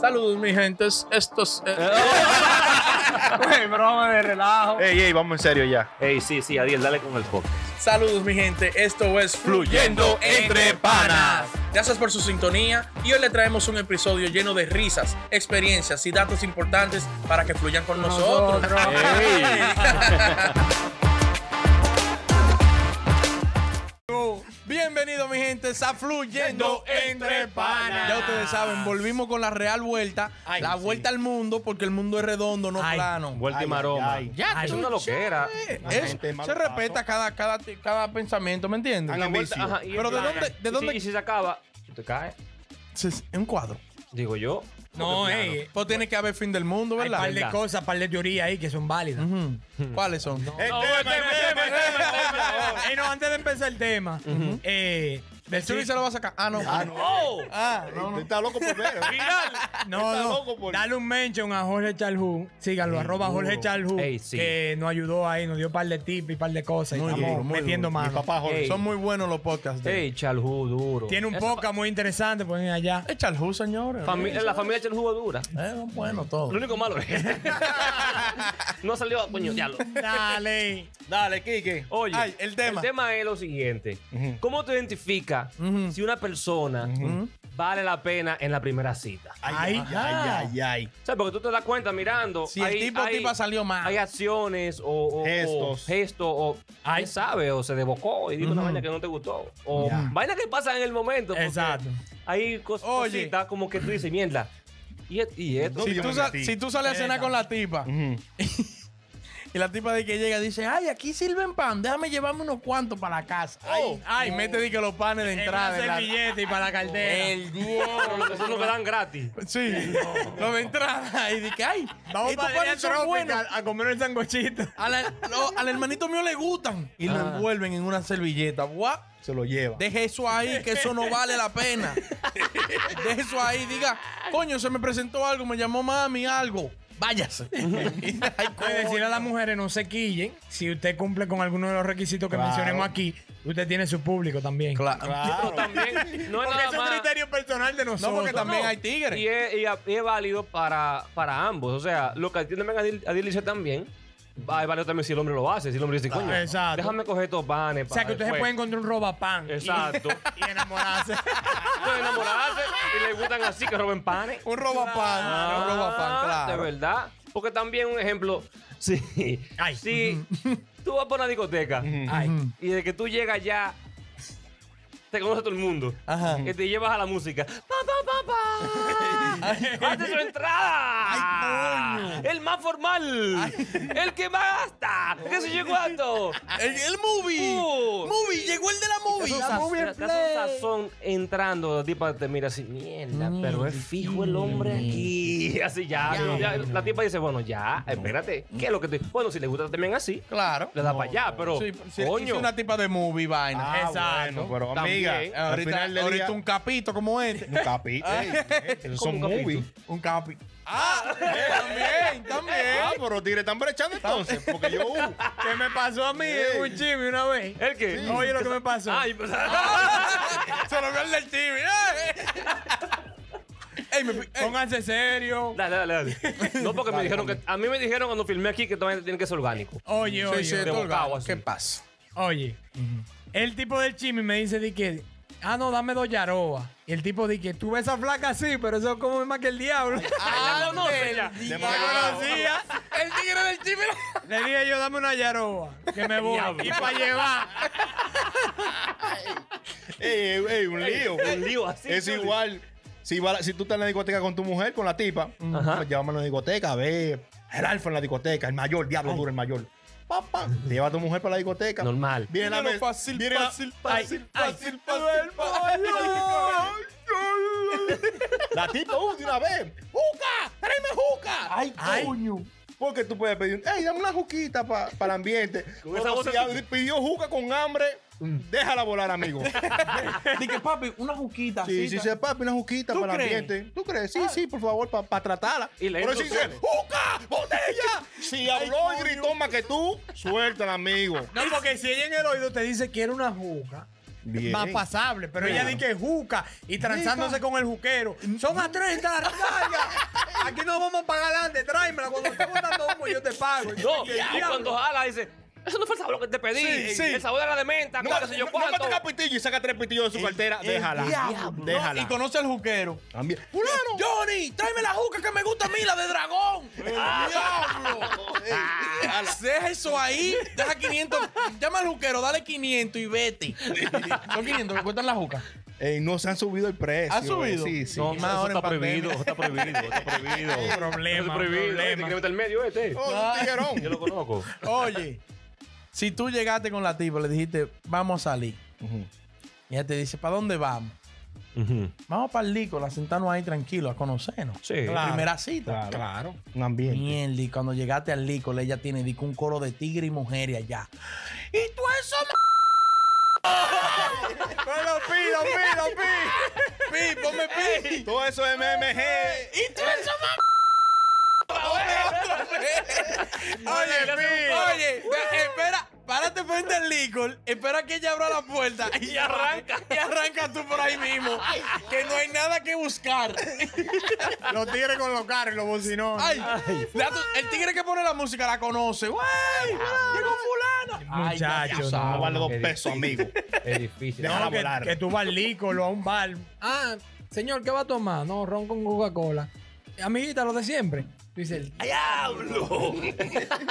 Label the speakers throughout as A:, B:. A: Saludos, mi gentes. Estos. eh,
B: Güey, broma de relajo.
C: Ey, ey, vamos en serio ya.
D: Ey, sí, sí, Adiel, dale con el podcast.
A: Saludos, mi gente. Esto es
C: Fluyendo Entre Panas.
A: Gracias por su sintonía y hoy le traemos un episodio lleno de risas, experiencias y datos importantes para que fluyan con nosotros.
B: Nosotros.
A: Bienvenido, mi gente, a Fluyendo Entre Panas. Ya ustedes saben, volvimos con la real vuelta, la vuelta al mundo, porque el mundo es redondo, no plano.
D: Vuelta y
C: Ay,
D: maroma.
C: ay, ay.
A: Ya
D: es
A: tú
D: una loquera.
A: Eh,
C: La
A: es-
C: gente de
A: se
C: malos
A: respeta
C: pasos.
A: cada, cada, cada pensamiento, ¿me entiendes?
C: Hagan vicio.
A: Pero ¿de dónde- de dónde-
D: Y si se acaba, te cae.
A: Se- Es un cuadro.
D: Digo yo.
B: No,
D: porque, claro,
B: ey.
A: Pues tiene que haber fin del mundo,
B: Hay
A: ¿verdad?
B: par de
D: Verdad.
B: cosas, par de teorías ahí que son válidas.
A: Ujú. ¿Cuáles son? Eh,
C: El tema, el tema, el tema.
B: Ey, no, antes de empezar el tema, eh, del
A: Chuy se lo va a sacar. Ah, no.
C: Ah, no.
B: Ah, no,
C: Tú estás loco por ver.
B: No,
C: Está
B: no.
C: loco por-
B: Dale un mention a Jorge Chalhu. Síganlo, arroba Jorge Chalhu.
D: Ey, sí.
B: Que nos ayudó ahí, nos dio un par de tips y un par de cosas.
A: Muy
B: y estamos
A: duro, muy
B: metiendo
A: duro.
C: Mi
B: mano.
C: papá Jorge.
D: Ey.
A: Son muy buenos los podcasts. De...
D: Ey, Chalhu, duro.
B: Tiene un podcast muy interesante, pues, ponen allá.
A: Es Chalhú, señores.
D: Fami- la familia Chalhu es dura.
A: Eh, bueno,
D: Lo
A: todo.
D: único malo es. no salió a coño, diablo.
B: Dale.
C: Dale, Kike.
D: Oye,
A: Ay, el tema.
D: es lo siguiente. ¿Cómo te identificas si una persona vale la pena en la primera cita?
C: Ay, ay, ay, ay, ay.
D: O sea, porque tú te das cuenta mirando.
A: Si el tipo o tipa salió mal.
D: Hay acciones o, o- o
C: Gestos.
D: gestos o quién sabe, o se debocó y dijo una vaina que no te gustó. O vaina que pasa en el momento. porque
B: Exacto.
D: Hay cos-
A: Oye.
D: cositas como que tú dices, mierda. Y, et- y esto.
C: Sí,
A: Si
C: yo
A: tú,
C: me
A: sa-
C: metí.
A: si tú sales a cenar con la tipa y la tipa de que llega dice, ay, aquí sirven pan, déjame llevarme unos cuantos para la casa.
B: Oh.
A: Ay, ay, mete de que los panes de entrada.
B: Entrada.
A: de la-
B: servilleta y para la cartera.
A: El diablo.
D: Pero Eso no dan gratis.
A: Sí, los de entrada. Y dije, ay,
B: Vamos
A: estos
B: para el
A: panes son buenos.
B: a comer el sangochito.
A: A la- lo- al hermanito mío le gustan. Y
B: Ah.
A: lo envuelven en una servilleta. Guau.
C: Se lo lleva.
A: Deje eso ahí, que eso no vale la pena. Deje eso ahí, diga, coño, se me presentó algo, me llamó mami, algo. Váyase. Ay,
B: Voy a decirle a las mujeres, no se quillen. Si usted cumple con alguno de los requisitos que
C: Claro.
B: mencionemos aquí, usted tiene su público también.
A: Claro.
D: Pero también no es nada más.
B: personal de
A: No, porque también
D: No.
A: hay tigres.
D: Y es, y a- y es válido para, para ambos. O sea, lo que atiende a Adil- Adil dice también, va- es válido también si el hombre lo hace. Si el hombre dice, coño,
B: Exacto.
D: déjame coger estos panes.
B: O sea, que usted se puede encontrar un robapan.
D: pues. Exacto.
B: Y, y enamorarse.
D: Pueden enamorarse y le gustan así que roben panes. Ah,
A: Un robapan, un robapan,
D: De
A: claro.
D: verdad. Porque también un ejemplo, si,
B: Ay.
D: si tú vas para una discoteca
B: Ay.
D: y de que tú llegas ya, te conoce todo el mundo.
A: Ajá.
D: Que te llevas a la música. ¡Pa, pa, pa, pa! ¡Hazte su entrada!
A: Ay,
D: ¡El más formal! ¡El que más gasta! ¿Qué sé yo cuánto?
A: El, el movie.
D: Uh.
A: Movie, llegó el de la
D: Te
A: movie.
D: hace un sa- te hace un sazón entrando, la tipa te mira así, mierda, pero es fijo el hombre aquí. Así ya, ya, la tipa dice, bueno, ya, espérate, ¿qué es lo que te... Bueno, si le gusta también así,
A: Claro.
D: le da para allá, pero,
A: Sí, sí, hice
D: coño,
A: una tipa de movie, vaina.
C: Ah,
B: Exacto.
C: bueno, pero
D: También.
C: amiga, al
A: ahorita
C: final del
A: ahorita
C: día-
A: un capito como este.
C: Un capi. Ey, ey,
D: ¿Cómo
C: esos Son
D: un capito?
C: movies.
A: Un capi. Ah, también, también.
C: Ah, pero tigres están brechando entonces. Porque yo. uh,
B: ¿Qué me pasó a mí en un chimi una vez?
D: ¿el qué?
B: Oye, lo que me pasó.
D: Ay, pues,
A: Se lo vio el del ¿eh? TV. Ey, me, pi- ey.
B: Pónganse serio.
D: dale, dale, dale. No, porque me dijeron que... A mí me dijeron cuando filmé aquí que todavía tiene que ser orgánico.
B: Oye, oye,
A: Sí, sí,
B: oye.
A: todo el
D: bocado
A: gano.
D: así.
A: ¿Qué pasa?
B: Oye, el tipo del chimi me dice de que, ah, no, dame dos yaroba. Y el tipo dice que tú ves esa flaca así, pero eso es como más que el diablo.
A: Ah,
D: no, no,
A: del
D: ya.
A: diablo.
C: Demasiado.
B: Conocía.
A: El tigre del chimi.
B: Le dije yo, dame una yaroba, que me voy.
D: Diablo.
B: y para llevar.
C: Ey, ey, ey, un lío.
D: Un lío así.
C: Es igual. Si, va- si tú estás en la discoteca con tu mujer, con la tipa, pues llámame a la discoteca, ve. El alfa en la discoteca, el mayor, diablo duro, el mayor. Papá, lleva a tu mujer para la discoteca.
D: Normal.
C: Viene la
A: Dímelo
C: mes-
A: fácil,
C: viene la-
A: fácil,
C: Ay,
A: fácil,
C: ay,
A: fácil,
C: ay,
A: fácil,
C: ay, ay, ay. La tipa, uh, de una vez. ¡Juca! ¡Tráeme juca! ¡Ay,
B: Ay.
C: coño! Porque tú puedes pedir, ¡ey, dame una juquita para el ambiente!
D: Con esa
C: Pero
D: voz
C: si
D: así.
C: ya pidió juca con hambre, déjala volar, amigo.
A: Dije, papi, una juquita.
C: Sí,
A: así,
C: sí,
A: ta-
C: sí, papi, una juquita
A: ¿Tú
C: para el
A: crees? Ah.
C: ambiente. ¿Tú crees? Sí, sí, por favor, para tratarla.
D: Y le
C: Pero
D: entro
C: si dice,
D: solo.
C: ¡juca! ¡Botella! Si habló y gritó más que tú, suéltala, amigo.
B: No, porque si ella en el oído te dice que era una juca,
C: Bien.
B: más pasable. Pero ella dice que juca y tranzándose con el juquero. Son a 30 las nalgas. Aquí no vamos a pagar antes. Tráemela. Cuando estemos dando humo, yo te pago. Y
D: No,
B: yo,
D: y
B: "Diablo".
D: cuando jala dice, eso no fue el sabor que te pedí.
C: Sí, sí.
D: El sabor era de menta,
C: No,
D: claro, si
C: no,
D: yo
C: no
D: cuánto.
C: mata cada pitillo y saca tres pitillos de su cartera. Déjala.
A: Diablo.
C: Déjala.
A: Y conoce al juquero.
C: También.
A: Johnny, tráeme la juca que me gusta a mí, la de dragón. ¡Diablo! Deja eso ahí, deja 500. Llama al juquero, dale 500 y vete. Son 500, me cuestan la juca.
C: Ey, Eh, no se han subido el precio. eh,
A: ¿Ha subido?
C: Sí, sí.
D: No,
A: Y
D: eso
A: más ahora en
D: está prohibido,
A: pandemia.
D: eso está prohibido, está prohibido.
B: Problema,
D: Eso es prohibido.
B: problema.
D: Te quiere meter el medio este.
C: Oh, un tiguerón.
D: Yo lo conozco.
A: Oye, si tú llegaste con la tipa, le dijiste, vamos a salir.
C: Ujú.
A: Y ella te dice, ¿para dónde vamos? Vamos para el Lícola, sentarnos ahí tranquilos, a conocernos.
D: Sí.
A: La
C: Claro.
A: primera cita.
C: Claro. Un ambiente.
A: Mierda, y cuando llegaste al Lícola, ella tiene dice, un coro de tigre y mujeres allá. Y tú eso,
C: Pero pi, lo pi, lo pi.
A: pi, ponme
B: Mm.
A: pi.
C: Todo eso es MMG.
A: Y tú eso, mami.
D: Oye,
A: Oye,
D: pi.
A: Oye, ve- espera, párate frente al licor, espera que ella abra la puerta y, arranca. Y arranca tú por ahí mismo. que no hay nada que buscar.
B: Los tigres con los carros y los bocinones.
A: Ay, ya tú- el tigre que pone la música la conoce. ¡Wey! ¡Llegó fulano! Ay, ya
B: Muchacho,
A: tú
B: no.
A: sabes.
C: No Ah, vale dos
D: qué
C: pesos, amigo.
D: Es difícil.
C: Déjala
B: No, que,
C: volar.
B: que tú vas al licor o a un bar. Ah, señor, ¿qué va a tomar? No, ron con Coca-Cola. Amiguita, lo de siempre. Tú dices, el
D: ¡Diablo!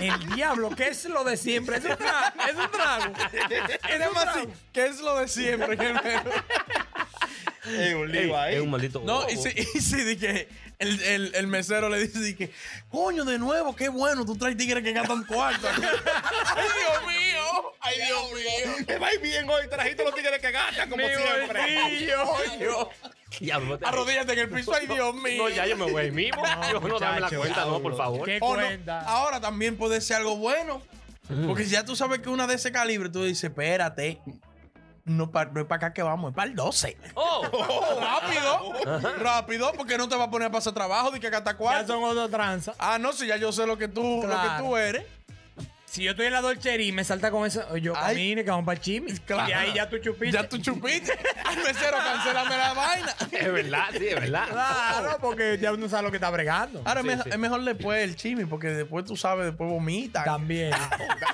B: El diablo, ¿qué es lo de siempre? Es un trago. Es un trago. Es un trago.
A: ¿Qué es lo de siempre? que me-
C: Es un lío ahí.
D: Es un maldito.
A: no, y
D: bobo.
A: sí, y sí, di que el, el- el mesero le dice di que, coño, de nuevo, qué bueno, tú traes tigres que gastan cuarto. ¡Ay, Dios mío! ¡Ay, Dios mío!
C: Te va bien hoy. Trajiste los tigres que gastan, como
B: Mi
C: siempre.
B: bolsillo.
A: Coño.
D: Diablo, te-
A: Arrodíllate en el piso, ay, Dios mío.
D: No, ya yo me voy ahí mismo. Yo no dame la
B: muchacho,
D: cuenta, no, por favor.
B: ¿Qué
A: O no,
B: cuenta?
A: Ahora también puede ser algo bueno. Porque si ya tú sabes que una de ese calibre, tú dices, espérate, no, pa- no es para acá que vamos, es para el 12.
D: ¡Oh!
A: rápido, rápido, porque no te va a poner a pasar trabajo de que acá está
B: Ya
A: cuarto.
B: son otras tranzas.
A: Ah, no, si ya yo sé lo que tú, lo que
B: Claro.
A: tú eres.
B: Si yo estoy en la dolchería y me salta con eso, yo
A: Ay.
B: camine, que vamos para Chimi.
A: Claro.
B: Y ahí ya tú chupiste.
A: Ya tú chupiste. Al mesero, cancélame la vaina.
D: Es verdad, sí, es verdad.
B: Claro, porque ya uno sabe lo que está bregando.
A: Ahora
D: Sí,
A: me-
D: sí.
A: es mejor después el chimi, porque después tú sabes, después vomita.
B: También.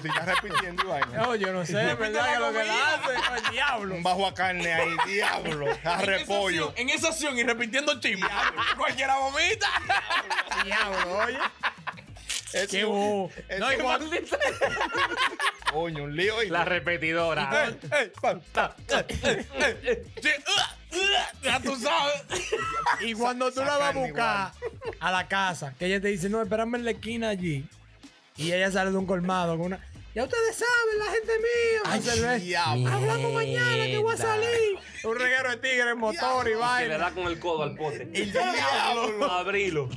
C: Si estás repitiendo, y vaina.
B: No, Ah. yo no sé, es verdad que lo que le hace. el diablo.
C: Un bajo a carne ahí, diablo. A repollo.
A: En esa acción y repitiendo chimi. ah, Cualquiera vomita.
B: Diablo, oye.
C: Es
B: Qué
C: un-
B: bobo.
C: es
B: No, y
C: un-
B: cuando-
C: Coño, un lío. y-
D: La repetidora.
A: Ey, ey, ey, ey. Sí, uh, uh, Ya tú sabes.
B: Y cuando tú la vas a
C: sacarle
B: buscar a la casa, que ella te dice, no, espérame en la esquina allí. Y ella sale de un colmado con una. Ya ustedes saben, la gente mía.
C: Ay,
B: una cerveza.
C: diablo.
B: Hablamos mañana que voy a
D: Mierda.
B: salir. Un reguero de tigre en motor y
D: Y le
B: vaina.
D: da con el codo al pote.
C: El diablo.
D: Abrilo.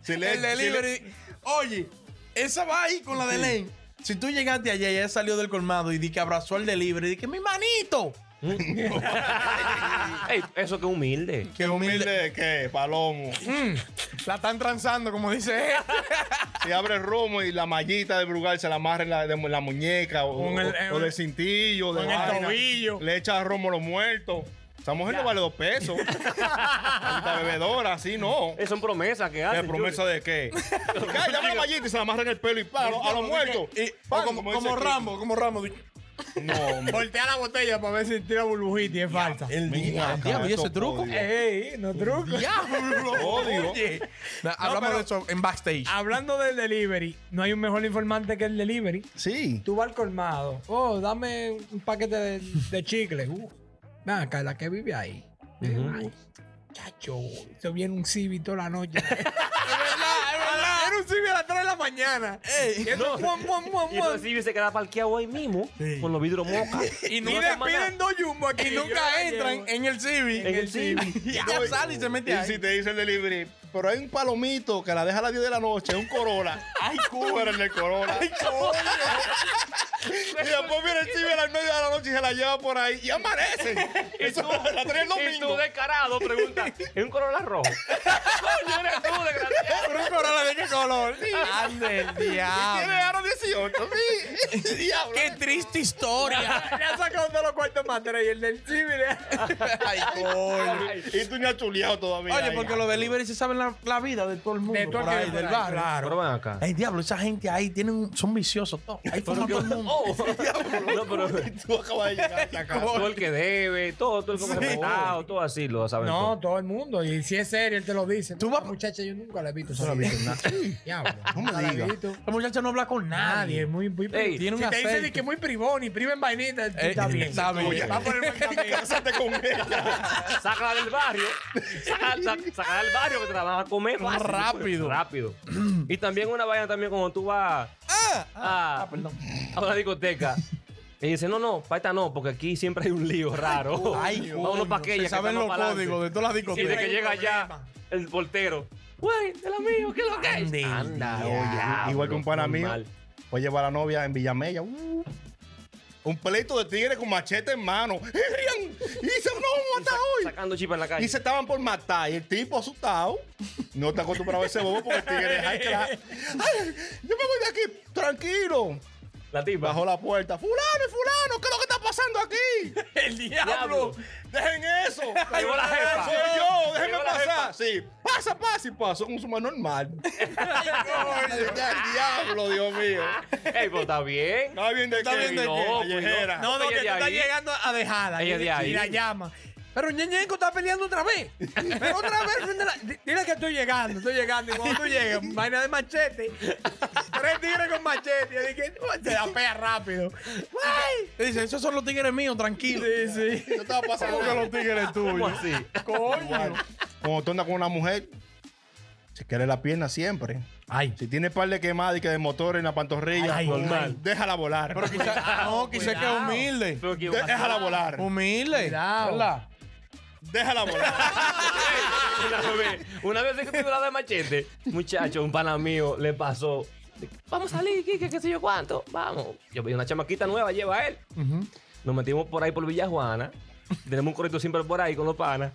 C: Si le-
A: El
C: si le-
A: delivery. Oye, esa va ahí con la de Lane. Si tú llegaste ayer y ella salió del colmado y di que abrazó al delivery, di que mi manito.
D: Ey, eso que humilde.
C: Qué humilde que, palomo.
A: La están transando, como dice él.
C: Si abre el romo y la mallita de Brugal se la amarra en la, de- en la muñeca o,
B: Con el- eh,
C: o- o de cintillo, de
B: con el
C: vaina.
B: tobillo.
C: Le echa romo a los muertos. Esa mujer no vale dos pesos. La bebedora, así no.
D: Eh, Son promesas que hacen.
C: ¿Qué promesa de qué? Ay, dame la mallita y se la amarra en el pelo y pa, a, los- a los muertos.
A: Y-
C: Pan,
A: o como,
C: dice
A: como
C: aquí.
A: Rambo, como Rambo. di-
C: No, hombre.
B: Voltea la botella para ver si tira burbujita y es falsa.
A: El
C: Mira,
A: día-
C: cabrón,
A: diablo, ¿y ese
C: eso
A: truco?
C: odio.
B: Ey, no truco.
A: Diablo,
C: Odio.
A: oye. Na- hablamos
B: pero-
A: de eso en backstage.
B: Hablando del delivery, no hay un mejor informante que el delivery.
C: Sí.
B: Tú vas al colmado. Oh, dame un paquete de, de chicle. Uh, ven acá, la que vive ahí. Ay, chacho, se viene un cibi toda la noche. es verdad, es verdad. Era un cibi a las 3 de la mañana.
A: Ey.
B: Y eso, muam, muam, muam,
D: Y
B: muam.
D: entonces sí se queda parqueado ahí mismo con los vidrios moca.
A: Y
B: Y
A: nunca-
B: le piden dos jumbo aquí.
A: y nunca entran en el Civi.
D: En el Civi.
A: Y ella sale y se mete
C: Y
A: ahí.
C: si te dice el delivery, pero hay un palomito que la deja a las 10 de la noche, es un Corolla.
A: Ay,
C: Tú eres el Corolla.
A: coño.
C: Y después viene el chivo a las 9 de la noche y se la lleva por ahí. Y amanece. Eso a las 3 del
D: Y tú
C: domingo.
D: descarado pregunta, ¿es un Corolla rojo? Coño, eres tú, desgraciado.
A: Pero un Corolla de qué color. Ande el
C: Tiene
A: diablo.
C: aro 18. Sí. Diablo.
A: Ah. Qué triste historia.
B: Le ha sacado todos los cuartos más tres y el del chibre.
A: Ay, coño.
C: Y tú ni has chuleado todavía.
A: Oye,
C: ahí.
A: porque los delivery se saben la, la vida de todo el mundo.
B: De todo el
A: por
B: que
A: ahí,
B: vive
A: del
B: por ahí,
A: barrio.
B: claro.
D: Pero ven acá.
A: Ay, diablo, esa gente ahí tienen, un- son viciosos todos. Ahí fuman todo el mundo.
D: Oh, no, pero
C: Tú acabas de llegar hasta acá.
D: todo el que debe, todo, todo el que
A: Sí.
D: se prestado, todo así lo saben.
B: No,
D: todo.
B: todo el mundo. Y si es serio, él te lo dice.
A: Tú
B: Tú
A: vas-
B: muchacha, yo nunca la he visto.
C: Yo no la he visto nada.
B: Diablo.
C: No me
B: nunca la he
C: digas.
B: visto.
A: La muchacha no habla con
B: Nadie,
A: nadie.
B: es muy, muy
D: Ey,
A: Tiene un
B: Si te dicen
A: aceite.
B: de que es muy privón y priven vainita,
A: Eh,
B: está bien.
A: está bien.
B: Va por el buen camino.
C: Cásate con ella.
D: Sácala del barrio. Sácala, sa- sácala del barrio que te la vas a comer fácil. pues.
A: Rápido.
D: Rápido. Y también una vaina también cuando tú vas a, a una discoteca. Y dice, no, no, para esta no, porque aquí siempre hay un lío raro.
A: Ay,
D: Vámonos para aquella.
A: Se
D: que
A: saben
D: está
A: los
D: más pa'lante.
A: códigos de todas las
D: Y de
A: discotecas.
D: que llega allá
B: problema.
D: el portero. Güey, de la mío, ¿qué es lo que es?
A: Ande,
C: Oye, igual que un pana mío. Voy a llevar a la novia en Villamella. uh, un pleito de tigre con machete en mano. Y rían. Y se no vamos a matar hoy.
D: Sacando chipa en la calle.
C: Y se estaban por matar. Y el tipo asustado. No está acostumbrado a ese bobo porque el tigre es ancla. Ay, yo me voy de aquí. Tranquilo.
D: La tipa.
C: Bajo la puerta. Fulano, fulano, ¿qué es lo que está pasando aquí?
A: El diablo.
C: Dejen eso.
D: Llegó la jefa.
C: Soy yo, déjenme
D: Llegó la jefa.
C: pasar. Sí, pasa, pasa y paso. Un suma normal. Coño, ya el diablo, Dios mío.
D: Ey, pues está bien.
C: Está bien de
D: Está
C: qué,
D: bien de
C: no,
D: qué.
C: callejera.
D: No,
A: No, no,
D: ella
A: que
D: de
A: tú estás
D: ahí.
A: llegando a dejarla.
D: Ella de
A: y,
D: ahí.
A: y la llama. Pero Ñeñenco está peleando otra vez. Pero otra vez. al frente de la-
B: Di- Dile que estoy llegando, estoy llegando. Y cuando tú llegas, vaina de machete. Tres tigres con machete. Y dije, "No, te la pea rápido.
A: Ay. Te dice, esos son los tigres míos, tranquilo. Sí, sí.
C: Yo estaba pasando
A: que los tigres
D: ¿Cómo
A: tuyos.
D: así?
C: Igual. Cuando tú andas con una mujer, se quiere la pierna siempre.
A: Ay.
C: Si tiene par de quemadas y que de motor en la pantorrilla,
A: Ay,
C: normal.
A: ay.
C: Déjala volar.
A: Pero
B: "Ah,
A: quizá, no, quizá que es
B: cuidado.
A: humilde.
D: Pero que-
C: Déjala volar.
A: Humilde.
B: Cuidado.
A: ¿Verdad?
C: Déjala volar.
D: una vez, una vez que tuve la de machete, muchacho, un pana mío le pasó. Vamos a salir, Kike, qué sé yo cuánto. Vamos. Yo vi una chamaquita nueva, lleva a él. Nos metimos por ahí por Villa Juana. Tenemos un corrito siempre por ahí con los panas.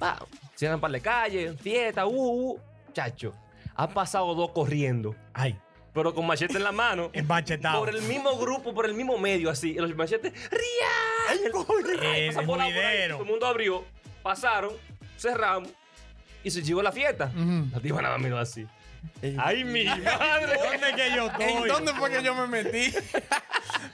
D: Pa, cierran par de calle, fiesta, uh, uh. Chacho, han pasado dos corriendo,
B: Ay,
D: pero con machete en la mano.
B: es machetado.
D: Por el mismo grupo, por el mismo medio, así. Y Los machetes, ¡Ría!
B: Eh,
D: Pasan por la- por ahí,
B: juidero.
D: Todo el mundo abrió, pasaron, cerramos y se llegó la fiesta. La tía nada más miró así. ¡Ay, mi madre!
B: ¿Dónde que yo
A: ¿En
B: estoy?
A: dónde fue que yo me metí?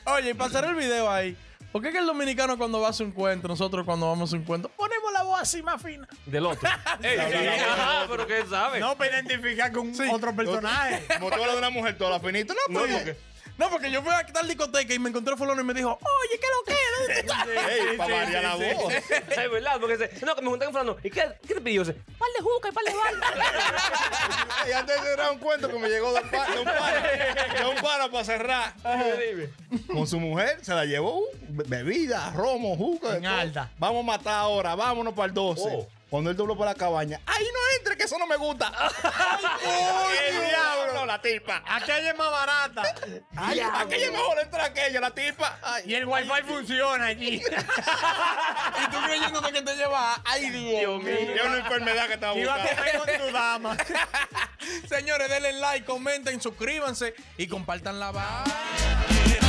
A: Oye, y pasar el video ahí. ¿Por qué que el dominicano cuando va a su encuentro, nosotros cuando vamos a su encuentro, ponemos la voz así más fina?
D: Del otro. Ey,
C: Sí.
D: ajá, Ah, pero ¿qué sabe?
B: No para identificar con otro personaje.
C: Motor de una mujer toda la finita. No, Pues,
D: No,
C: pero-
D: porque-
A: No, porque yo fui a tal discoteca y me encontré a fulano y me dijo, oye, ¿qué es lo que es?
C: Ey, para variar la voz.
D: Es verdad, porque se, no, que me junté con Fernando. ¿Y qué, qué te pidió? Dice, Par de juca y par de bala.
C: Y antes de cerrar un cuento que me llegó de un pa- de un para, de un para para cerrar.
D: Dime.
C: Con su mujer se la llevó uh, be- bebida, romo, jugo. de
B: En
C: todo.
B: alta.
C: Vamos a matar ahora, vámonos para el 12.
D: Oh.
C: Cuando él dobló para la cabaña. ¡Ay, no entre, que eso no me gusta! ¡Ay,
B: ¡El
C: el
B: diablo!
C: diablo! La tipa.
B: Aquella es más barata.
C: ¡Ay, aquella es mejor entrar aquella, la tipa!
B: Y
C: ¡Ay,
B: el wifi funciona allí.
A: Y tú creyéndote que te llevas. Ay, Dios mío.
C: es una enfermedad que estaba
B: Iba a
C: buscando!
B: comer con tu dama.
A: Señores, denle like, comenten, suscríbanse y compartan la vaina.